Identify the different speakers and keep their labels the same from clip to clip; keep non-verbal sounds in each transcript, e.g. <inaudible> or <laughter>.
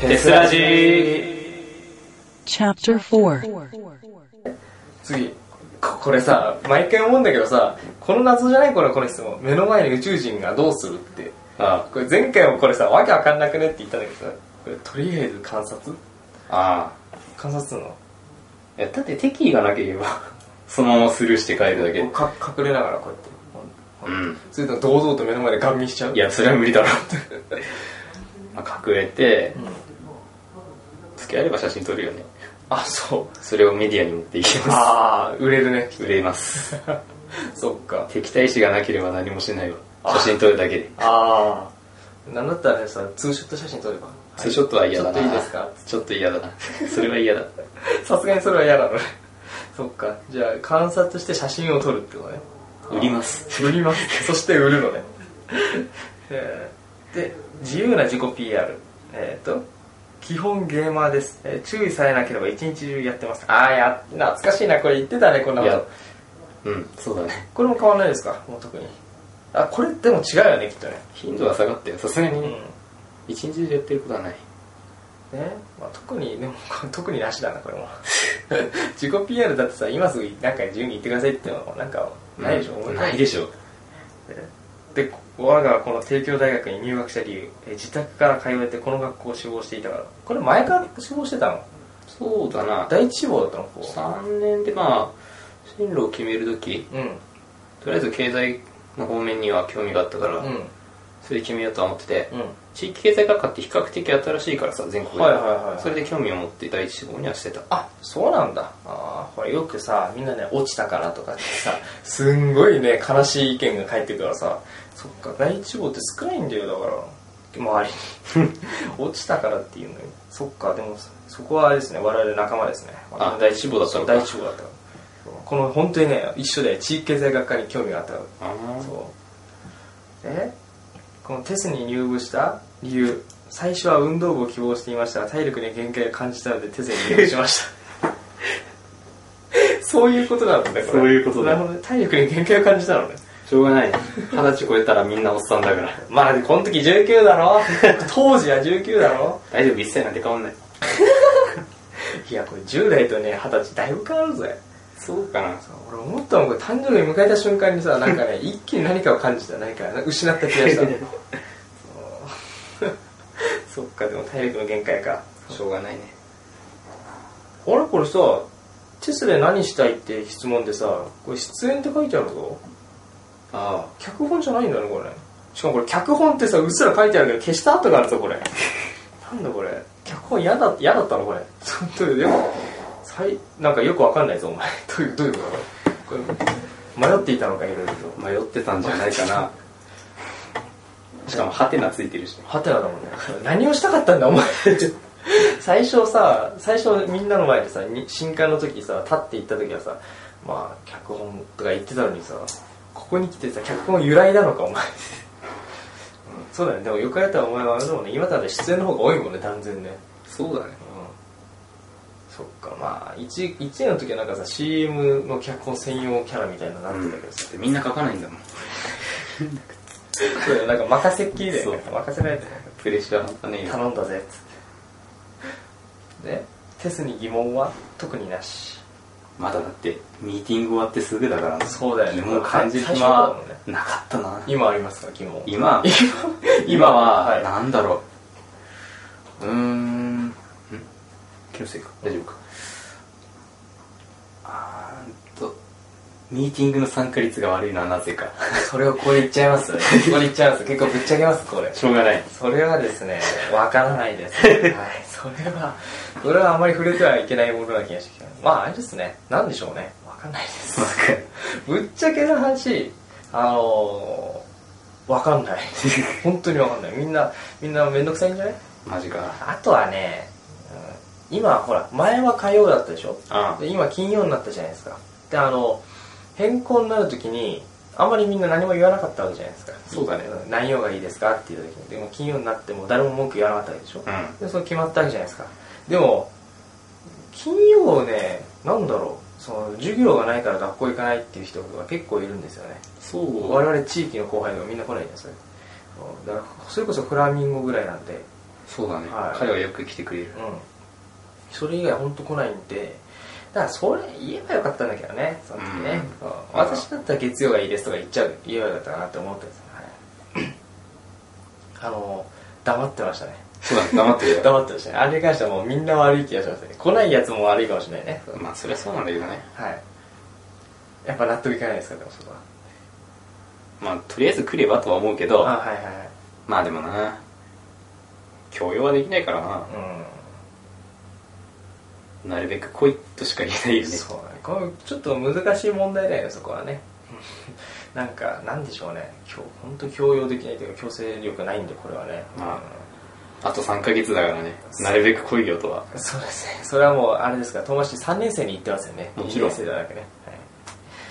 Speaker 1: テスラジー
Speaker 2: Chapter 4
Speaker 1: 次ここれさ毎回思うんだけどさこの謎じゃないこれこの質問目の前に宇宙人がどうするって
Speaker 3: あ
Speaker 1: これ前回もこれさわけわかんなくねって言ったんだけどさこれとりあえず観察
Speaker 3: あ
Speaker 1: 観察するの
Speaker 3: いやだって敵意がなければ <laughs> そのままスルーして帰るだけ
Speaker 1: こうか隠れながらこうやって
Speaker 3: うん
Speaker 1: それとも堂々と目の前でガン見しちゃう
Speaker 3: いやそれは無理だろうってまあ隠れて
Speaker 1: うん
Speaker 3: 付き合えれば写真撮るよね
Speaker 1: <laughs> あそう
Speaker 3: それをメディアに持っていきま
Speaker 1: ああ売れるね
Speaker 3: す売れます
Speaker 1: <laughs> そっか
Speaker 3: 敵対視がなければ何もしないわ写真撮るだけで
Speaker 1: ああなんだったらさツーショット写真撮れば
Speaker 3: ツーショットは嫌だな
Speaker 1: ちょっといいですか
Speaker 3: ちょっと嫌だなそれは嫌だ
Speaker 1: さすがにそれは嫌なのねそっかじゃあ観察して写真を撮るってことね
Speaker 3: 売ります
Speaker 1: 売りますそして売るのねえーで自由な自己 PR えっ、と基本ゲーマーです、えー注意されなければ一日中やってますああや懐かしいなこれ言ってたねこんないこ
Speaker 3: や
Speaker 1: と
Speaker 3: うんそうだね
Speaker 1: これも変わらないですかもう特にあこれでも違うよねきっとね
Speaker 3: 頻度は下がったよさすがに
Speaker 1: うん
Speaker 3: ね一日中やってることはない
Speaker 1: ねまあ、特にでも <laughs> これ特になしだなこれも <laughs> 自己 PR だってさ今すぐなんか自由に言ってくださいってのもなんかないでしょ、
Speaker 3: うんないで
Speaker 1: し
Speaker 3: しょ
Speaker 1: ょでこ我がこの帝京大学に入学した理由え自宅から通えてこの学校を志望していたからこれ前から志望してたの
Speaker 3: そうだな
Speaker 1: 第一志望だったのここ
Speaker 3: 3年でまあ進路を決めるとき
Speaker 1: うん
Speaker 3: とりあえず経済の方面には興味があったから、
Speaker 1: うん
Speaker 3: それで決めようとは思ってて、
Speaker 1: うん
Speaker 3: 地域経済学科って比較的新しいからさ全国で、
Speaker 1: はいはいはい
Speaker 3: それで興味を持って第一志望にはしてた
Speaker 1: あそうなんだあーほらよくさみんなね落ちたからとかって
Speaker 3: <laughs>
Speaker 1: さすんごいね悲しい意見が返ってくるからさそっか第一志望って少ないんだよだから周りに <laughs> 落ちたからっていうのにそっかでもそこはあれですね我々仲間ですね
Speaker 3: あ第一志望だった
Speaker 1: そう
Speaker 3: のか
Speaker 1: 第一志望だったのこの本当にね一緒で地域経済学科に興味があったの
Speaker 3: あー
Speaker 1: そうでこのテスに入部した理由最初は運動部を希望していましたが体力に限界を感じたのでテスに入部しました <laughs> そういうことなんだねこれ
Speaker 3: そういうこと
Speaker 1: な
Speaker 3: だ
Speaker 1: るほどね体力に限界を感じたのね
Speaker 3: しょうがないね二十歳超えたらみんなおっさんだから
Speaker 1: まあこの時19だ
Speaker 3: <laughs>
Speaker 1: ろ当時は19だろ
Speaker 3: 大丈夫一切なんて変わんない
Speaker 1: いやこれ10代とね20歳だいぶ変わるぜ
Speaker 3: そうかな
Speaker 1: そう俺思ったのこれ誕生日迎えた瞬間にさなんかね一気に何かを感じた何か失った気がしたそうそっかでも体力の限界か
Speaker 3: <laughs> しょうがないね
Speaker 1: あれこれさチェスで何したいって質問でさこれ出演って書いてあるぞ
Speaker 3: あ
Speaker 1: 脚本じゃないんだねこれしかもこれ脚本ってさうっすら書いてあるけど消した跡があるぞこれなんだこれ脚本嫌だ嫌だったのこれちょっとでもさいなんかよくわかんないぞお前どういうどういうことだこれ迷っていたのかいろいろと
Speaker 3: あ迷ってたんじゃないかなしかもハテナついてるし
Speaker 1: ハテナだもんね何をしたかったんだお前 <laughs> 最初さ最初みんなの前でさに新刊の時さ立って行った時はさまあ脚本とか言ってたのにさここに来てさ脚本由来なのかお前うんそうだねでもよくやったらお前はあれだもんね今だって出演の方が多いもんね断然ね
Speaker 3: そうだね
Speaker 1: うんそっかまあ 1, 1年の時はなんかさ CM の脚本専用キャラみたいなの
Speaker 3: だ
Speaker 1: なってた
Speaker 3: っ
Speaker 1: け
Speaker 3: <laughs>
Speaker 1: どさ、
Speaker 3: てみんな書かないんだもん
Speaker 1: そうだよなんか任せっきりだよね
Speaker 3: そ
Speaker 1: 任せられてない
Speaker 3: プレッシャー半端ねえよ
Speaker 1: 頼んだぜつってでテスに疑問は特になし
Speaker 3: まだだってミーティング終わってすぐだから
Speaker 1: そうだよね
Speaker 3: 疑問を感じる
Speaker 1: 最
Speaker 3: 暇
Speaker 1: 初だ
Speaker 3: は
Speaker 1: もんね
Speaker 3: なかったな
Speaker 1: 今ありますか疑問
Speaker 3: 今今はなんだろううーんん気のせいか大丈夫かあーっとミーティングの参加率が悪いのはなぜか
Speaker 1: それをこれ言っちゃいますこれ言っちゃいます結構ぶっちゃけますこれ
Speaker 3: しょうがない
Speaker 1: それはですねわからないです <laughs> はいそれはこれはあまり触れてはいけないものな気がしてきたまああれですねなんでしょうねわかんないです
Speaker 3: わかる
Speaker 1: ぶっちゃけな話あのー、わか <laughs> んない本当にわかんないみんなみんなめんどくさいんじゃない
Speaker 3: マジか
Speaker 1: あとはね、うん今ほら、前は火曜だったでしょ
Speaker 3: あ
Speaker 1: で今金曜になったじゃないですか。で、あの、変更になるときに、あんまりみんな何も言わなかったわけじゃないですか。
Speaker 3: そうだね
Speaker 1: ん。何曜がいいですかっていうときに。でも金曜になっても誰も文句言わなかったわけでしょ、
Speaker 3: うん
Speaker 1: で、それ決まったわけじゃないですか。でも、金曜ね、なんだろう、その、授業がないから学校行かないっていう人が結構いるんですよね。
Speaker 3: そう
Speaker 1: 我々地域の後輩がみんな来ないじゃん、それ。うんだから、それこそフラミンゴぐらいなんで、
Speaker 3: そうだね、
Speaker 1: はい
Speaker 3: 彼はよく来てくれ
Speaker 1: う
Speaker 3: る
Speaker 1: んそれ以外本当来ないんでだからそれ言えばよかったんだけどねその時ね、
Speaker 3: うん
Speaker 1: うん私だったら月曜がいいですとか言っちゃう言えばよかったなって思ったんですよ、はい、あの黙ってましたね
Speaker 3: そうだね黙ってるよ
Speaker 1: 黙ってましたねあれに関してはもうみんな悪い気がしますね来ないやつも悪いかもしれないね
Speaker 3: まあそりゃそうなんだけどね
Speaker 1: はいやっぱ納得いかないですかでもそこは
Speaker 3: まあとりあえず来ればとは思うけど
Speaker 1: あはいはいはい
Speaker 3: まあでもな強要はできないからななるべく来いとしか言えない
Speaker 1: うん
Speaker 3: よね
Speaker 1: そうだねこれちょっと難しい問題だよねそこはねなんかなんでしょうね今日本当強要できないというか強制力ないんでこれはね、
Speaker 3: まあと3ヶ月だからねなるべく来いよとは
Speaker 1: うんそうですねそれはもうあれですから友達3年生に行ってますよね
Speaker 3: もちろん
Speaker 1: 2年生じゃなくね、はい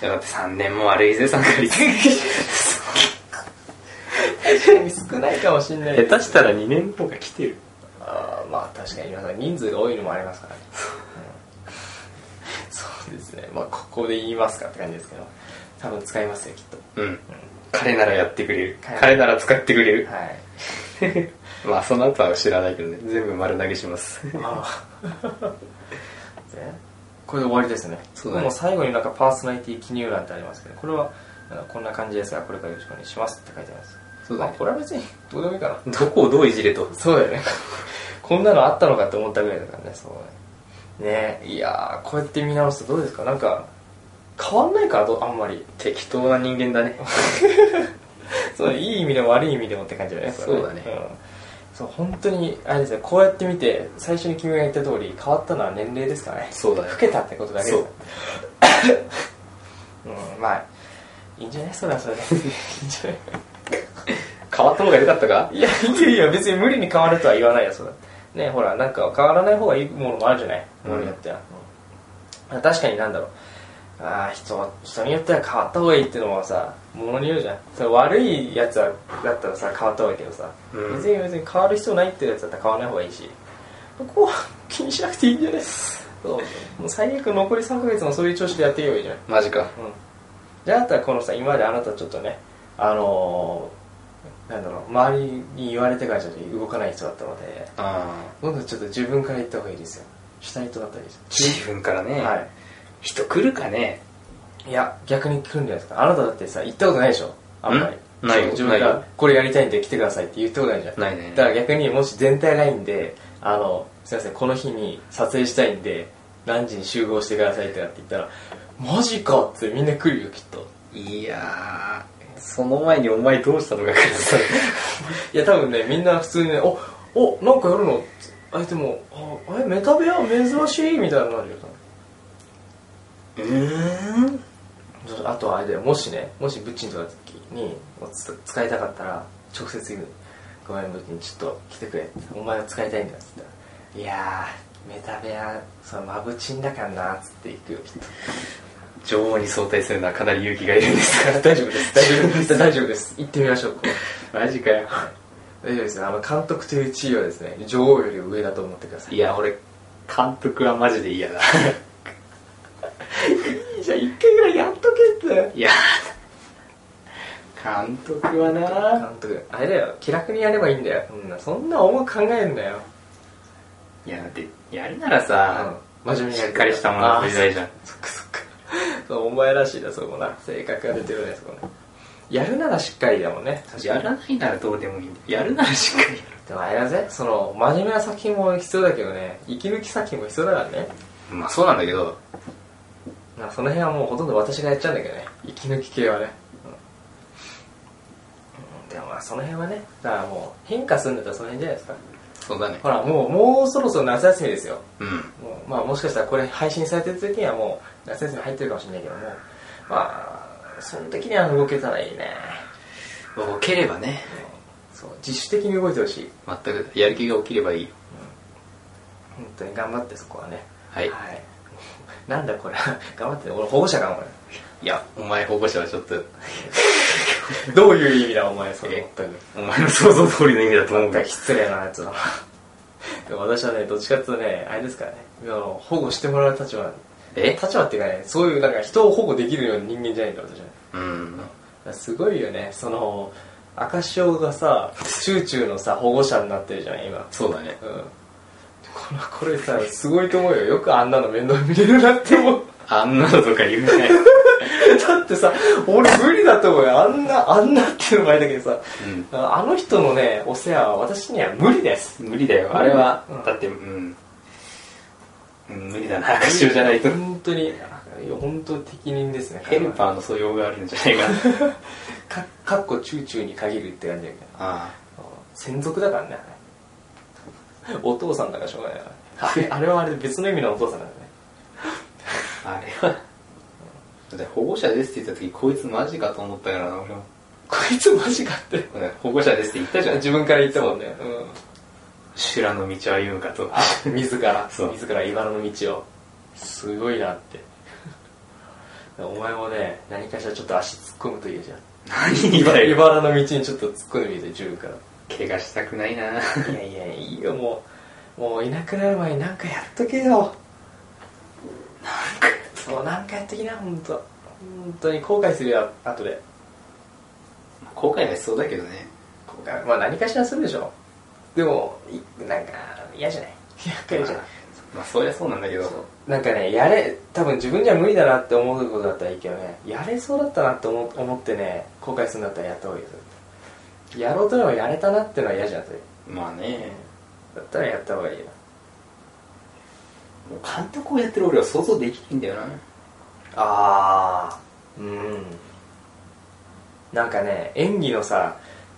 Speaker 3: いやだって3年も悪いぜ3ヶ月 <laughs>
Speaker 1: 少ないかもしれない
Speaker 3: 下手したら2年とか来てる
Speaker 1: あーまあ確かに皆さん人数が多いのもありますからね、うんそうですねまあここで言いますかって感じですけど多分使いますよきっと
Speaker 3: うん彼ならやってくれる
Speaker 1: はい
Speaker 3: 彼なら使ってくれる
Speaker 1: はい
Speaker 3: まあその後は知らないけどね全部丸投げします
Speaker 1: ああねこれで終わりですね
Speaker 3: そうだね
Speaker 1: もう最後になんかパーソナリティ記入欄ってありますけどこれはなんかこんな感じですがこれからよろしくお願いしますって書いてあります
Speaker 3: そうだね
Speaker 1: まあこれは別にどうでもいいかな
Speaker 3: <laughs> どこをどういじれと
Speaker 1: そうだよねこんなのあったのかって思ったぐらいだからねそうねねいやーこうやって見直すとどうですかなんか変わんないかどあんまり
Speaker 3: 適当な人間だね
Speaker 1: そういい意味でも悪い意味でもって感じだねれ
Speaker 3: <laughs> そうだね
Speaker 1: んそう本当にあれですねこうやって見て最初に君が言った通り変わったのは年齢ですかね
Speaker 3: そうだよ
Speaker 1: 老けたってことだけです
Speaker 3: そう
Speaker 1: <laughs> うんまあいいんじゃないそれはそれでいいんじゃない
Speaker 3: 変わった方が良かったか
Speaker 1: いやいやいや別に無理に変わるとは言わないよそれねほらなんか変わらない方がいいものもあるじゃない
Speaker 3: うん
Speaker 1: ものによっては、うん確かになんだろうああ人人によっては変わった方がいいってのもさものによるじゃんそれ悪いやつはだったらさ変わった方がいいけどさ、
Speaker 3: うん
Speaker 1: 別に別に変わる必要ないってやつだったら変わらない方がいいしここは気にしなくていいんじゃ <laughs> ないですもう最悪残り3ヶ月もそういう調子でやっていけばいいじゃん
Speaker 3: マジか
Speaker 1: うんじゃああとはこのさ今まであなたちょっとねあのーなんだろう周りに言われてからじゃ動かない人だったので
Speaker 3: ああ
Speaker 1: 今度ちょっと自分から言った方がいいですよ主体とだったらいいですよ、
Speaker 3: 自分からね、
Speaker 1: は
Speaker 3: 人来るかね
Speaker 1: いいや逆に来るんじゃないですかあなただってさ言ったことないでしょあんまり
Speaker 3: んないよ
Speaker 1: 自分か
Speaker 3: ない
Speaker 1: ら
Speaker 3: よ
Speaker 1: これやりたいんで来てくださいって言ったことないじゃん
Speaker 3: ないね
Speaker 1: だから逆にもし全体ラインであのすいませんこの日に撮影したいんで何時に集合してくださいってなって言ったらマジかってみんな来るよきっと
Speaker 3: いやーその前にお前どうしたのかからさ
Speaker 1: いや多分ねみんな普通にね「おおなんかやるの?」あえても「ああれメタ部屋珍しい」みたいになるよ
Speaker 3: うーん
Speaker 1: そうあとはあれだよもしねもしブッチンとかの時にもうつ使いたかったら直接言う「ごめんブッチンちょっと来てくれ」お前は使いたいんだ」っつったら「いやーメタ部屋そのマブチンだからな」っつって行くよきっと <laughs>
Speaker 3: 女王に相対するのはかなり勇気がいるんです
Speaker 1: 大丈夫です大丈夫です大丈夫です行ってみましょうこう
Speaker 3: がマジかよ
Speaker 1: 大丈夫ですあの監督という地位はですね女王より上だと思ってください
Speaker 3: いや俺監督はマジで嫌だ
Speaker 1: じゃあ一回ぐらいやっとけって
Speaker 3: <laughs> いや監督はな
Speaker 1: 監督あれだよ気楽にやればいいんだよ、うん、そんな重く考えんなよ、
Speaker 3: いやだってやるならさ、
Speaker 1: うん真面目に
Speaker 3: し
Speaker 1: や
Speaker 3: っかりしたものを
Speaker 1: あ
Speaker 3: 取
Speaker 1: ー
Speaker 3: りたいじゃん
Speaker 1: そっかそっかそうお前らしいなそこな性格が出てるねそこねやるならしっかりだもんね
Speaker 3: やらないならどうでもいいんだよやるならしっかりやる
Speaker 1: でもあれだぜその真面目な作品も必要だけどね息抜き作品も必要だからね
Speaker 3: まあそうなんだけど
Speaker 1: まあその辺はもうほとんど私がやっちゃうんだけどね息抜き系はね、うんうんでもまあその辺はねだからもう変化するんだったらその辺じゃないですか
Speaker 3: そうだね
Speaker 1: ほらもうもうそろそろ夏休みですよ
Speaker 3: うん
Speaker 1: もうまあもしかしたらこれ配信されてる時にはもう夏休み入ってるかもしれないけどもまあその時には動けたらいいね
Speaker 3: 起ければね
Speaker 1: そう自主的に動いてほしい
Speaker 3: 全くやる気が起きればいいよ
Speaker 1: 本当に頑張ってそこはね
Speaker 3: はい
Speaker 1: <laughs> なんだこれ <laughs> 頑張って俺保護者かも
Speaker 3: いやお前保護者はちょっと
Speaker 1: 俺どういう意味だお前それ
Speaker 3: え
Speaker 1: 全く
Speaker 3: お前の <laughs> 想像通りの意味だと思う
Speaker 1: なんか失礼なやつだな <laughs> でも私はねどっちかっていうとねあれですからねあの保護してもらう立場
Speaker 3: え
Speaker 1: 立場っていうかねそういうなんか人を保護できるような人間じゃないんだ私は
Speaker 3: うん
Speaker 1: すごいよねその赤潮がさチューチューのさ保護者になってるじゃん今
Speaker 3: そうだね
Speaker 1: うんこれこれさすごいと思うよよくあんなの面倒見れるなって思う <laughs>
Speaker 3: あんなのとか言う <laughs> ね
Speaker 1: だってさ俺無理だと思うよあんなあんなっていうのもあれだけどさ
Speaker 3: うん
Speaker 1: あの人のねお世話は私には無理です
Speaker 3: 無理だよあれは、
Speaker 1: うん
Speaker 3: だってうん、うん、無理だな赤潮じゃないと
Speaker 1: 本当にいや本当適任ですね
Speaker 3: ヘルパーの素養があるんじゃないかな
Speaker 1: かかっこチューチューに限るって感じだけど
Speaker 3: あ
Speaker 1: 専属だからねお父さんだからしょうがないからあれあれはあれで別の意味のお父さんだからね
Speaker 3: ああれはだって保護者ですって言った時こいつマジかと思ったからな俺も
Speaker 1: こいつマジかって
Speaker 3: これ保護者ですって言ったじゃん
Speaker 1: 自分から言ったもんね
Speaker 3: 修羅の道を歩むかと
Speaker 1: うん自ら
Speaker 3: そう
Speaker 1: 自ら茨の道をすごいなって <laughs> お前もね何かしらちょっと足突っ込むといいじゃん
Speaker 3: 何にだよ
Speaker 1: 茨の道にちょっと突っ込んでみて自分から
Speaker 3: 怪我したくないない
Speaker 1: やいやいいよもうもういなくなる前になんかやっとけよもうなんかやっときな本当本当に後悔するよ後で
Speaker 3: 後悔はしそうだけどね
Speaker 1: 後悔まあ何かしらするでしょでもいなんか嫌じゃない厄介じゃない
Speaker 3: まあそりゃそうなんだけど
Speaker 1: なんかねやれ多分自分じゃ無理だなって思うことだったらいいけどねやれそうだったなって思思ってね後悔するんだったらやった方がいいですやろうとでもやれたなってのは嫌じゃんそれ
Speaker 3: まあね
Speaker 1: だったらやった方がいいよ
Speaker 3: もう監督をやってる俺は想像できないんだよな
Speaker 1: ああうんなんかね演技のさ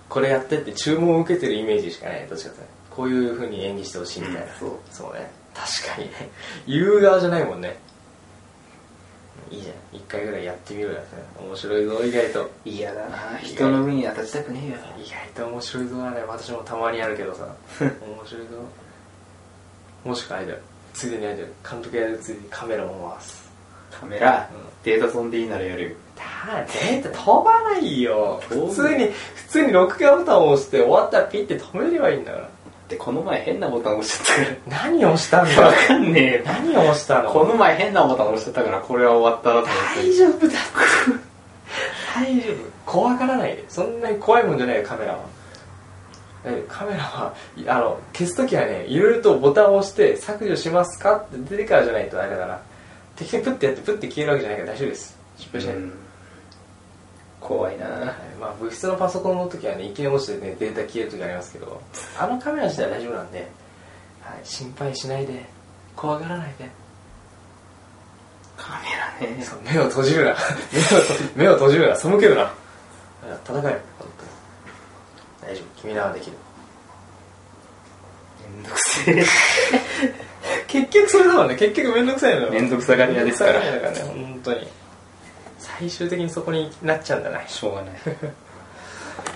Speaker 1: これやってって注文を受けてるイメージしかないどっちかっていうとこういう風に演技してほしいみたいな、
Speaker 3: うんそう
Speaker 1: ね確かにね言う側じゃないもんねいいじゃん一回ぐらいやってみろよ面白いぞ意外と
Speaker 3: 嫌だな
Speaker 1: 人の
Speaker 3: 上には立ちたくねえよ
Speaker 1: 意外と面白いぞはね私もたまにやるけどさ
Speaker 3: <laughs>
Speaker 1: 面白いぞもしくはアイドルついでにアイドル監督やるついでにカメラも回す
Speaker 3: カメラ、
Speaker 1: うん
Speaker 3: データ飛んでいいならやるよ
Speaker 1: だーって飛ばないよ
Speaker 3: 飛ぶ
Speaker 1: 普通に普通に録画ボタンを押して終わったらピッて止めればいいんだから
Speaker 3: でこの前変なボタン押しちゃっ
Speaker 1: 何を押したん
Speaker 3: たから
Speaker 1: <laughs>
Speaker 3: <laughs> わ
Speaker 1: だ
Speaker 3: かんねえよ
Speaker 1: 何を押したの
Speaker 3: この前変なボタン押しちゃったからこれは終わったなと思
Speaker 1: 大
Speaker 3: って
Speaker 1: 丈夫だ大丈夫怖がらないでそんなに怖いもんじゃないよカメラはえカメラはいあの消す時はねいろいろとボタンを押して削除しますかって出てからじゃないとあれだから適当にプッてやってプッて消えるわけじゃないから大丈夫です失敗しない、
Speaker 3: うん怖いな
Speaker 1: まあ、部室のパソコンの時はね、いきなり落ちてね、データ消える時ありますけど、あのカメラ自体は大丈夫なんで、はい、心配しないで、怖がらないで、
Speaker 3: カメラね
Speaker 1: そう目を閉じるな、 <laughs> 目を閉じ目を閉じるな、背けるな、戦え、本当に。大丈夫、君ならできる。
Speaker 3: めんどくせえ
Speaker 1: 結局それだもんね、結局めんどくさいのよ。
Speaker 3: <laughs> めんどくさがり屋ですから
Speaker 1: めんどくさがり屋だからね、本当に。最終的にそこになっちゃうんだな。
Speaker 3: しょうがない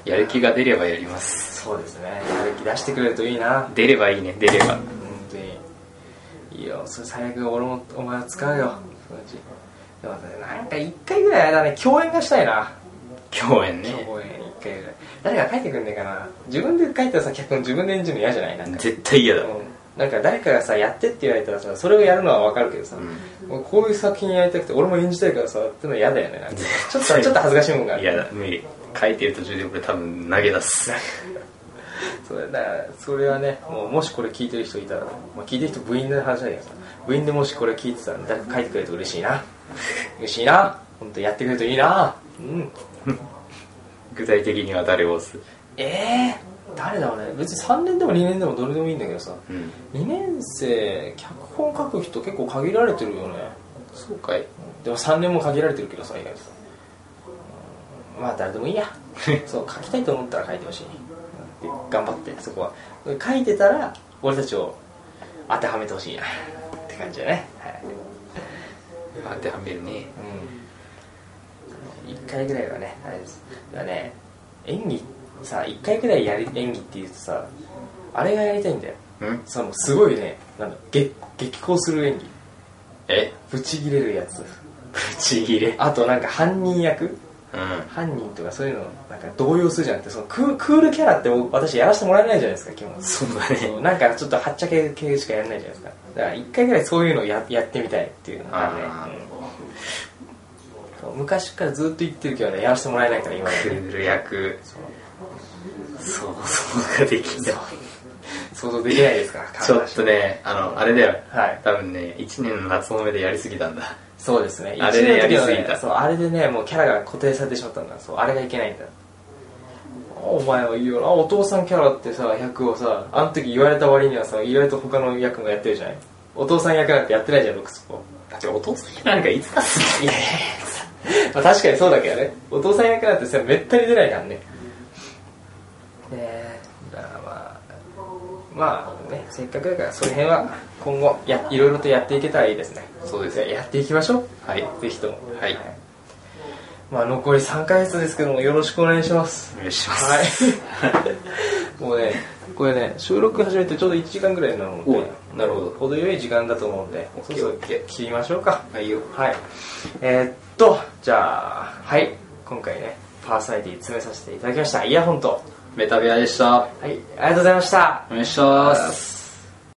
Speaker 3: やる気が出ればやります
Speaker 1: そうですね、やる気出してくれるといいな。
Speaker 3: 出ればいいね出れば
Speaker 1: 本当にいいよそれ最悪俺もお前は使うよそのうちでもねなんか一回ぐらいあれだね共演がしたいな
Speaker 3: 共演ね
Speaker 1: 共演一回ぐらい誰が書いてくんねえかな自分で書いたらさ脚本自分で演じるの嫌じゃないなんか
Speaker 3: 絶対嫌だ
Speaker 1: うんなんか誰かがさやってって言われたらさそれをやるのはわかるけどさ、もうこういう作品やりたくて俺も演じたいからさってのは嫌だよね <laughs> なんかちょっとちょっと恥ずかしいもんがある
Speaker 3: 嫌だ無理書いてる途中で俺多分投げ出 <laughs> す
Speaker 1: そうだからそれはねもうもしこれ聞いてる人いたら、まあ、聞いてる人部員の話だけどさ部員でもしこれ聞いてたら誰か書いてくれると嬉しい
Speaker 3: <laughs>
Speaker 1: な嬉しいな本当やってくれるといいなうん
Speaker 3: 具体的には誰を押す
Speaker 1: ええー、誰だろうね別に3年でも2年でもどれでもいいんだけどさ
Speaker 3: うん
Speaker 1: 2年生脚本書く人結構限られてるよね
Speaker 3: そうかい
Speaker 1: でも3年も限られてるけどさ意外とさうんまあ誰でもいいや <laughs> そう書きたいと思ったら書いてほしいで頑張ってそこは書いてたら俺たちを当てはめてほしいなって感じだね、はい
Speaker 3: 当てはめるね
Speaker 1: うん、1回ぐらいはねあれですだからね演技さ1回ぐらいやり演技っていうとさあれがやりたいんだよ
Speaker 3: うん
Speaker 1: そのすごいねなんだ激激高する演技
Speaker 3: え
Speaker 1: ブチギレるやつ
Speaker 3: ブチギレ
Speaker 1: あとなんか犯人役
Speaker 3: うん
Speaker 1: 犯人とかそういうのなんか動揺するじゃなくてそのクークールキャラって僕私やらせてもらえないじゃないですか基本
Speaker 3: そうだ
Speaker 1: そ
Speaker 3: ね
Speaker 1: うなんかちょっとはっちゃけ系しかやらないじゃないですかだから一回ぐらいそういうのをややってみたいっていうのがね
Speaker 3: あ、
Speaker 1: 昔からずっと言ってるけどねやらせてもらえないから今ま
Speaker 3: <laughs> ク
Speaker 1: で
Speaker 3: ール役想像ができない
Speaker 1: 想像できないですから
Speaker 3: ちょっとねあのあれだよ
Speaker 1: はい
Speaker 3: 多分ね1年の夏の目でやりすぎたんだ
Speaker 1: そうですね
Speaker 3: あれでやりすぎた
Speaker 1: 一年の時はねそうあれでねもうキャラが固定されてしまったんだそうあれがいけないんだお前はいいよなお父さんキャラってさ役をさあの時言われた割にはさ意外と他の役もやってるじゃないお父さん役なんてやってないじゃん僕そこ
Speaker 3: だってお父さんなんかいつか
Speaker 1: <laughs>
Speaker 3: す
Speaker 1: いやいやいや、まあ、確かにそうだけどねお父さん役なんてさめったに出ないからねねえだからまあまあねせっかくだからその辺は今後やいろいろとやっていけたらいいですね
Speaker 3: そうです
Speaker 1: じゃあ
Speaker 3: ね
Speaker 1: やっていきましょう
Speaker 3: はいよ
Speaker 1: ぜひとも
Speaker 3: はい
Speaker 1: まあ残り3ヶ月ですけどもよろしくお願いします
Speaker 3: ろしくお願いし
Speaker 1: はい。 <laughs> もうね、これね、収録始めてちょうど1時間ぐらいなので、
Speaker 3: おなるほど
Speaker 1: 程よい時間だと思うんで、
Speaker 3: オッケー
Speaker 1: そろそろ
Speaker 3: オッケー
Speaker 1: 切りましょうか。
Speaker 3: ますはいよ
Speaker 1: はい。えーっと、じゃあ、はい。今回ね、パーソナリティ詰めさせていただきました。イヤホンと。
Speaker 3: メタベアでした
Speaker 1: はい、ありがとうございました。
Speaker 3: お願いします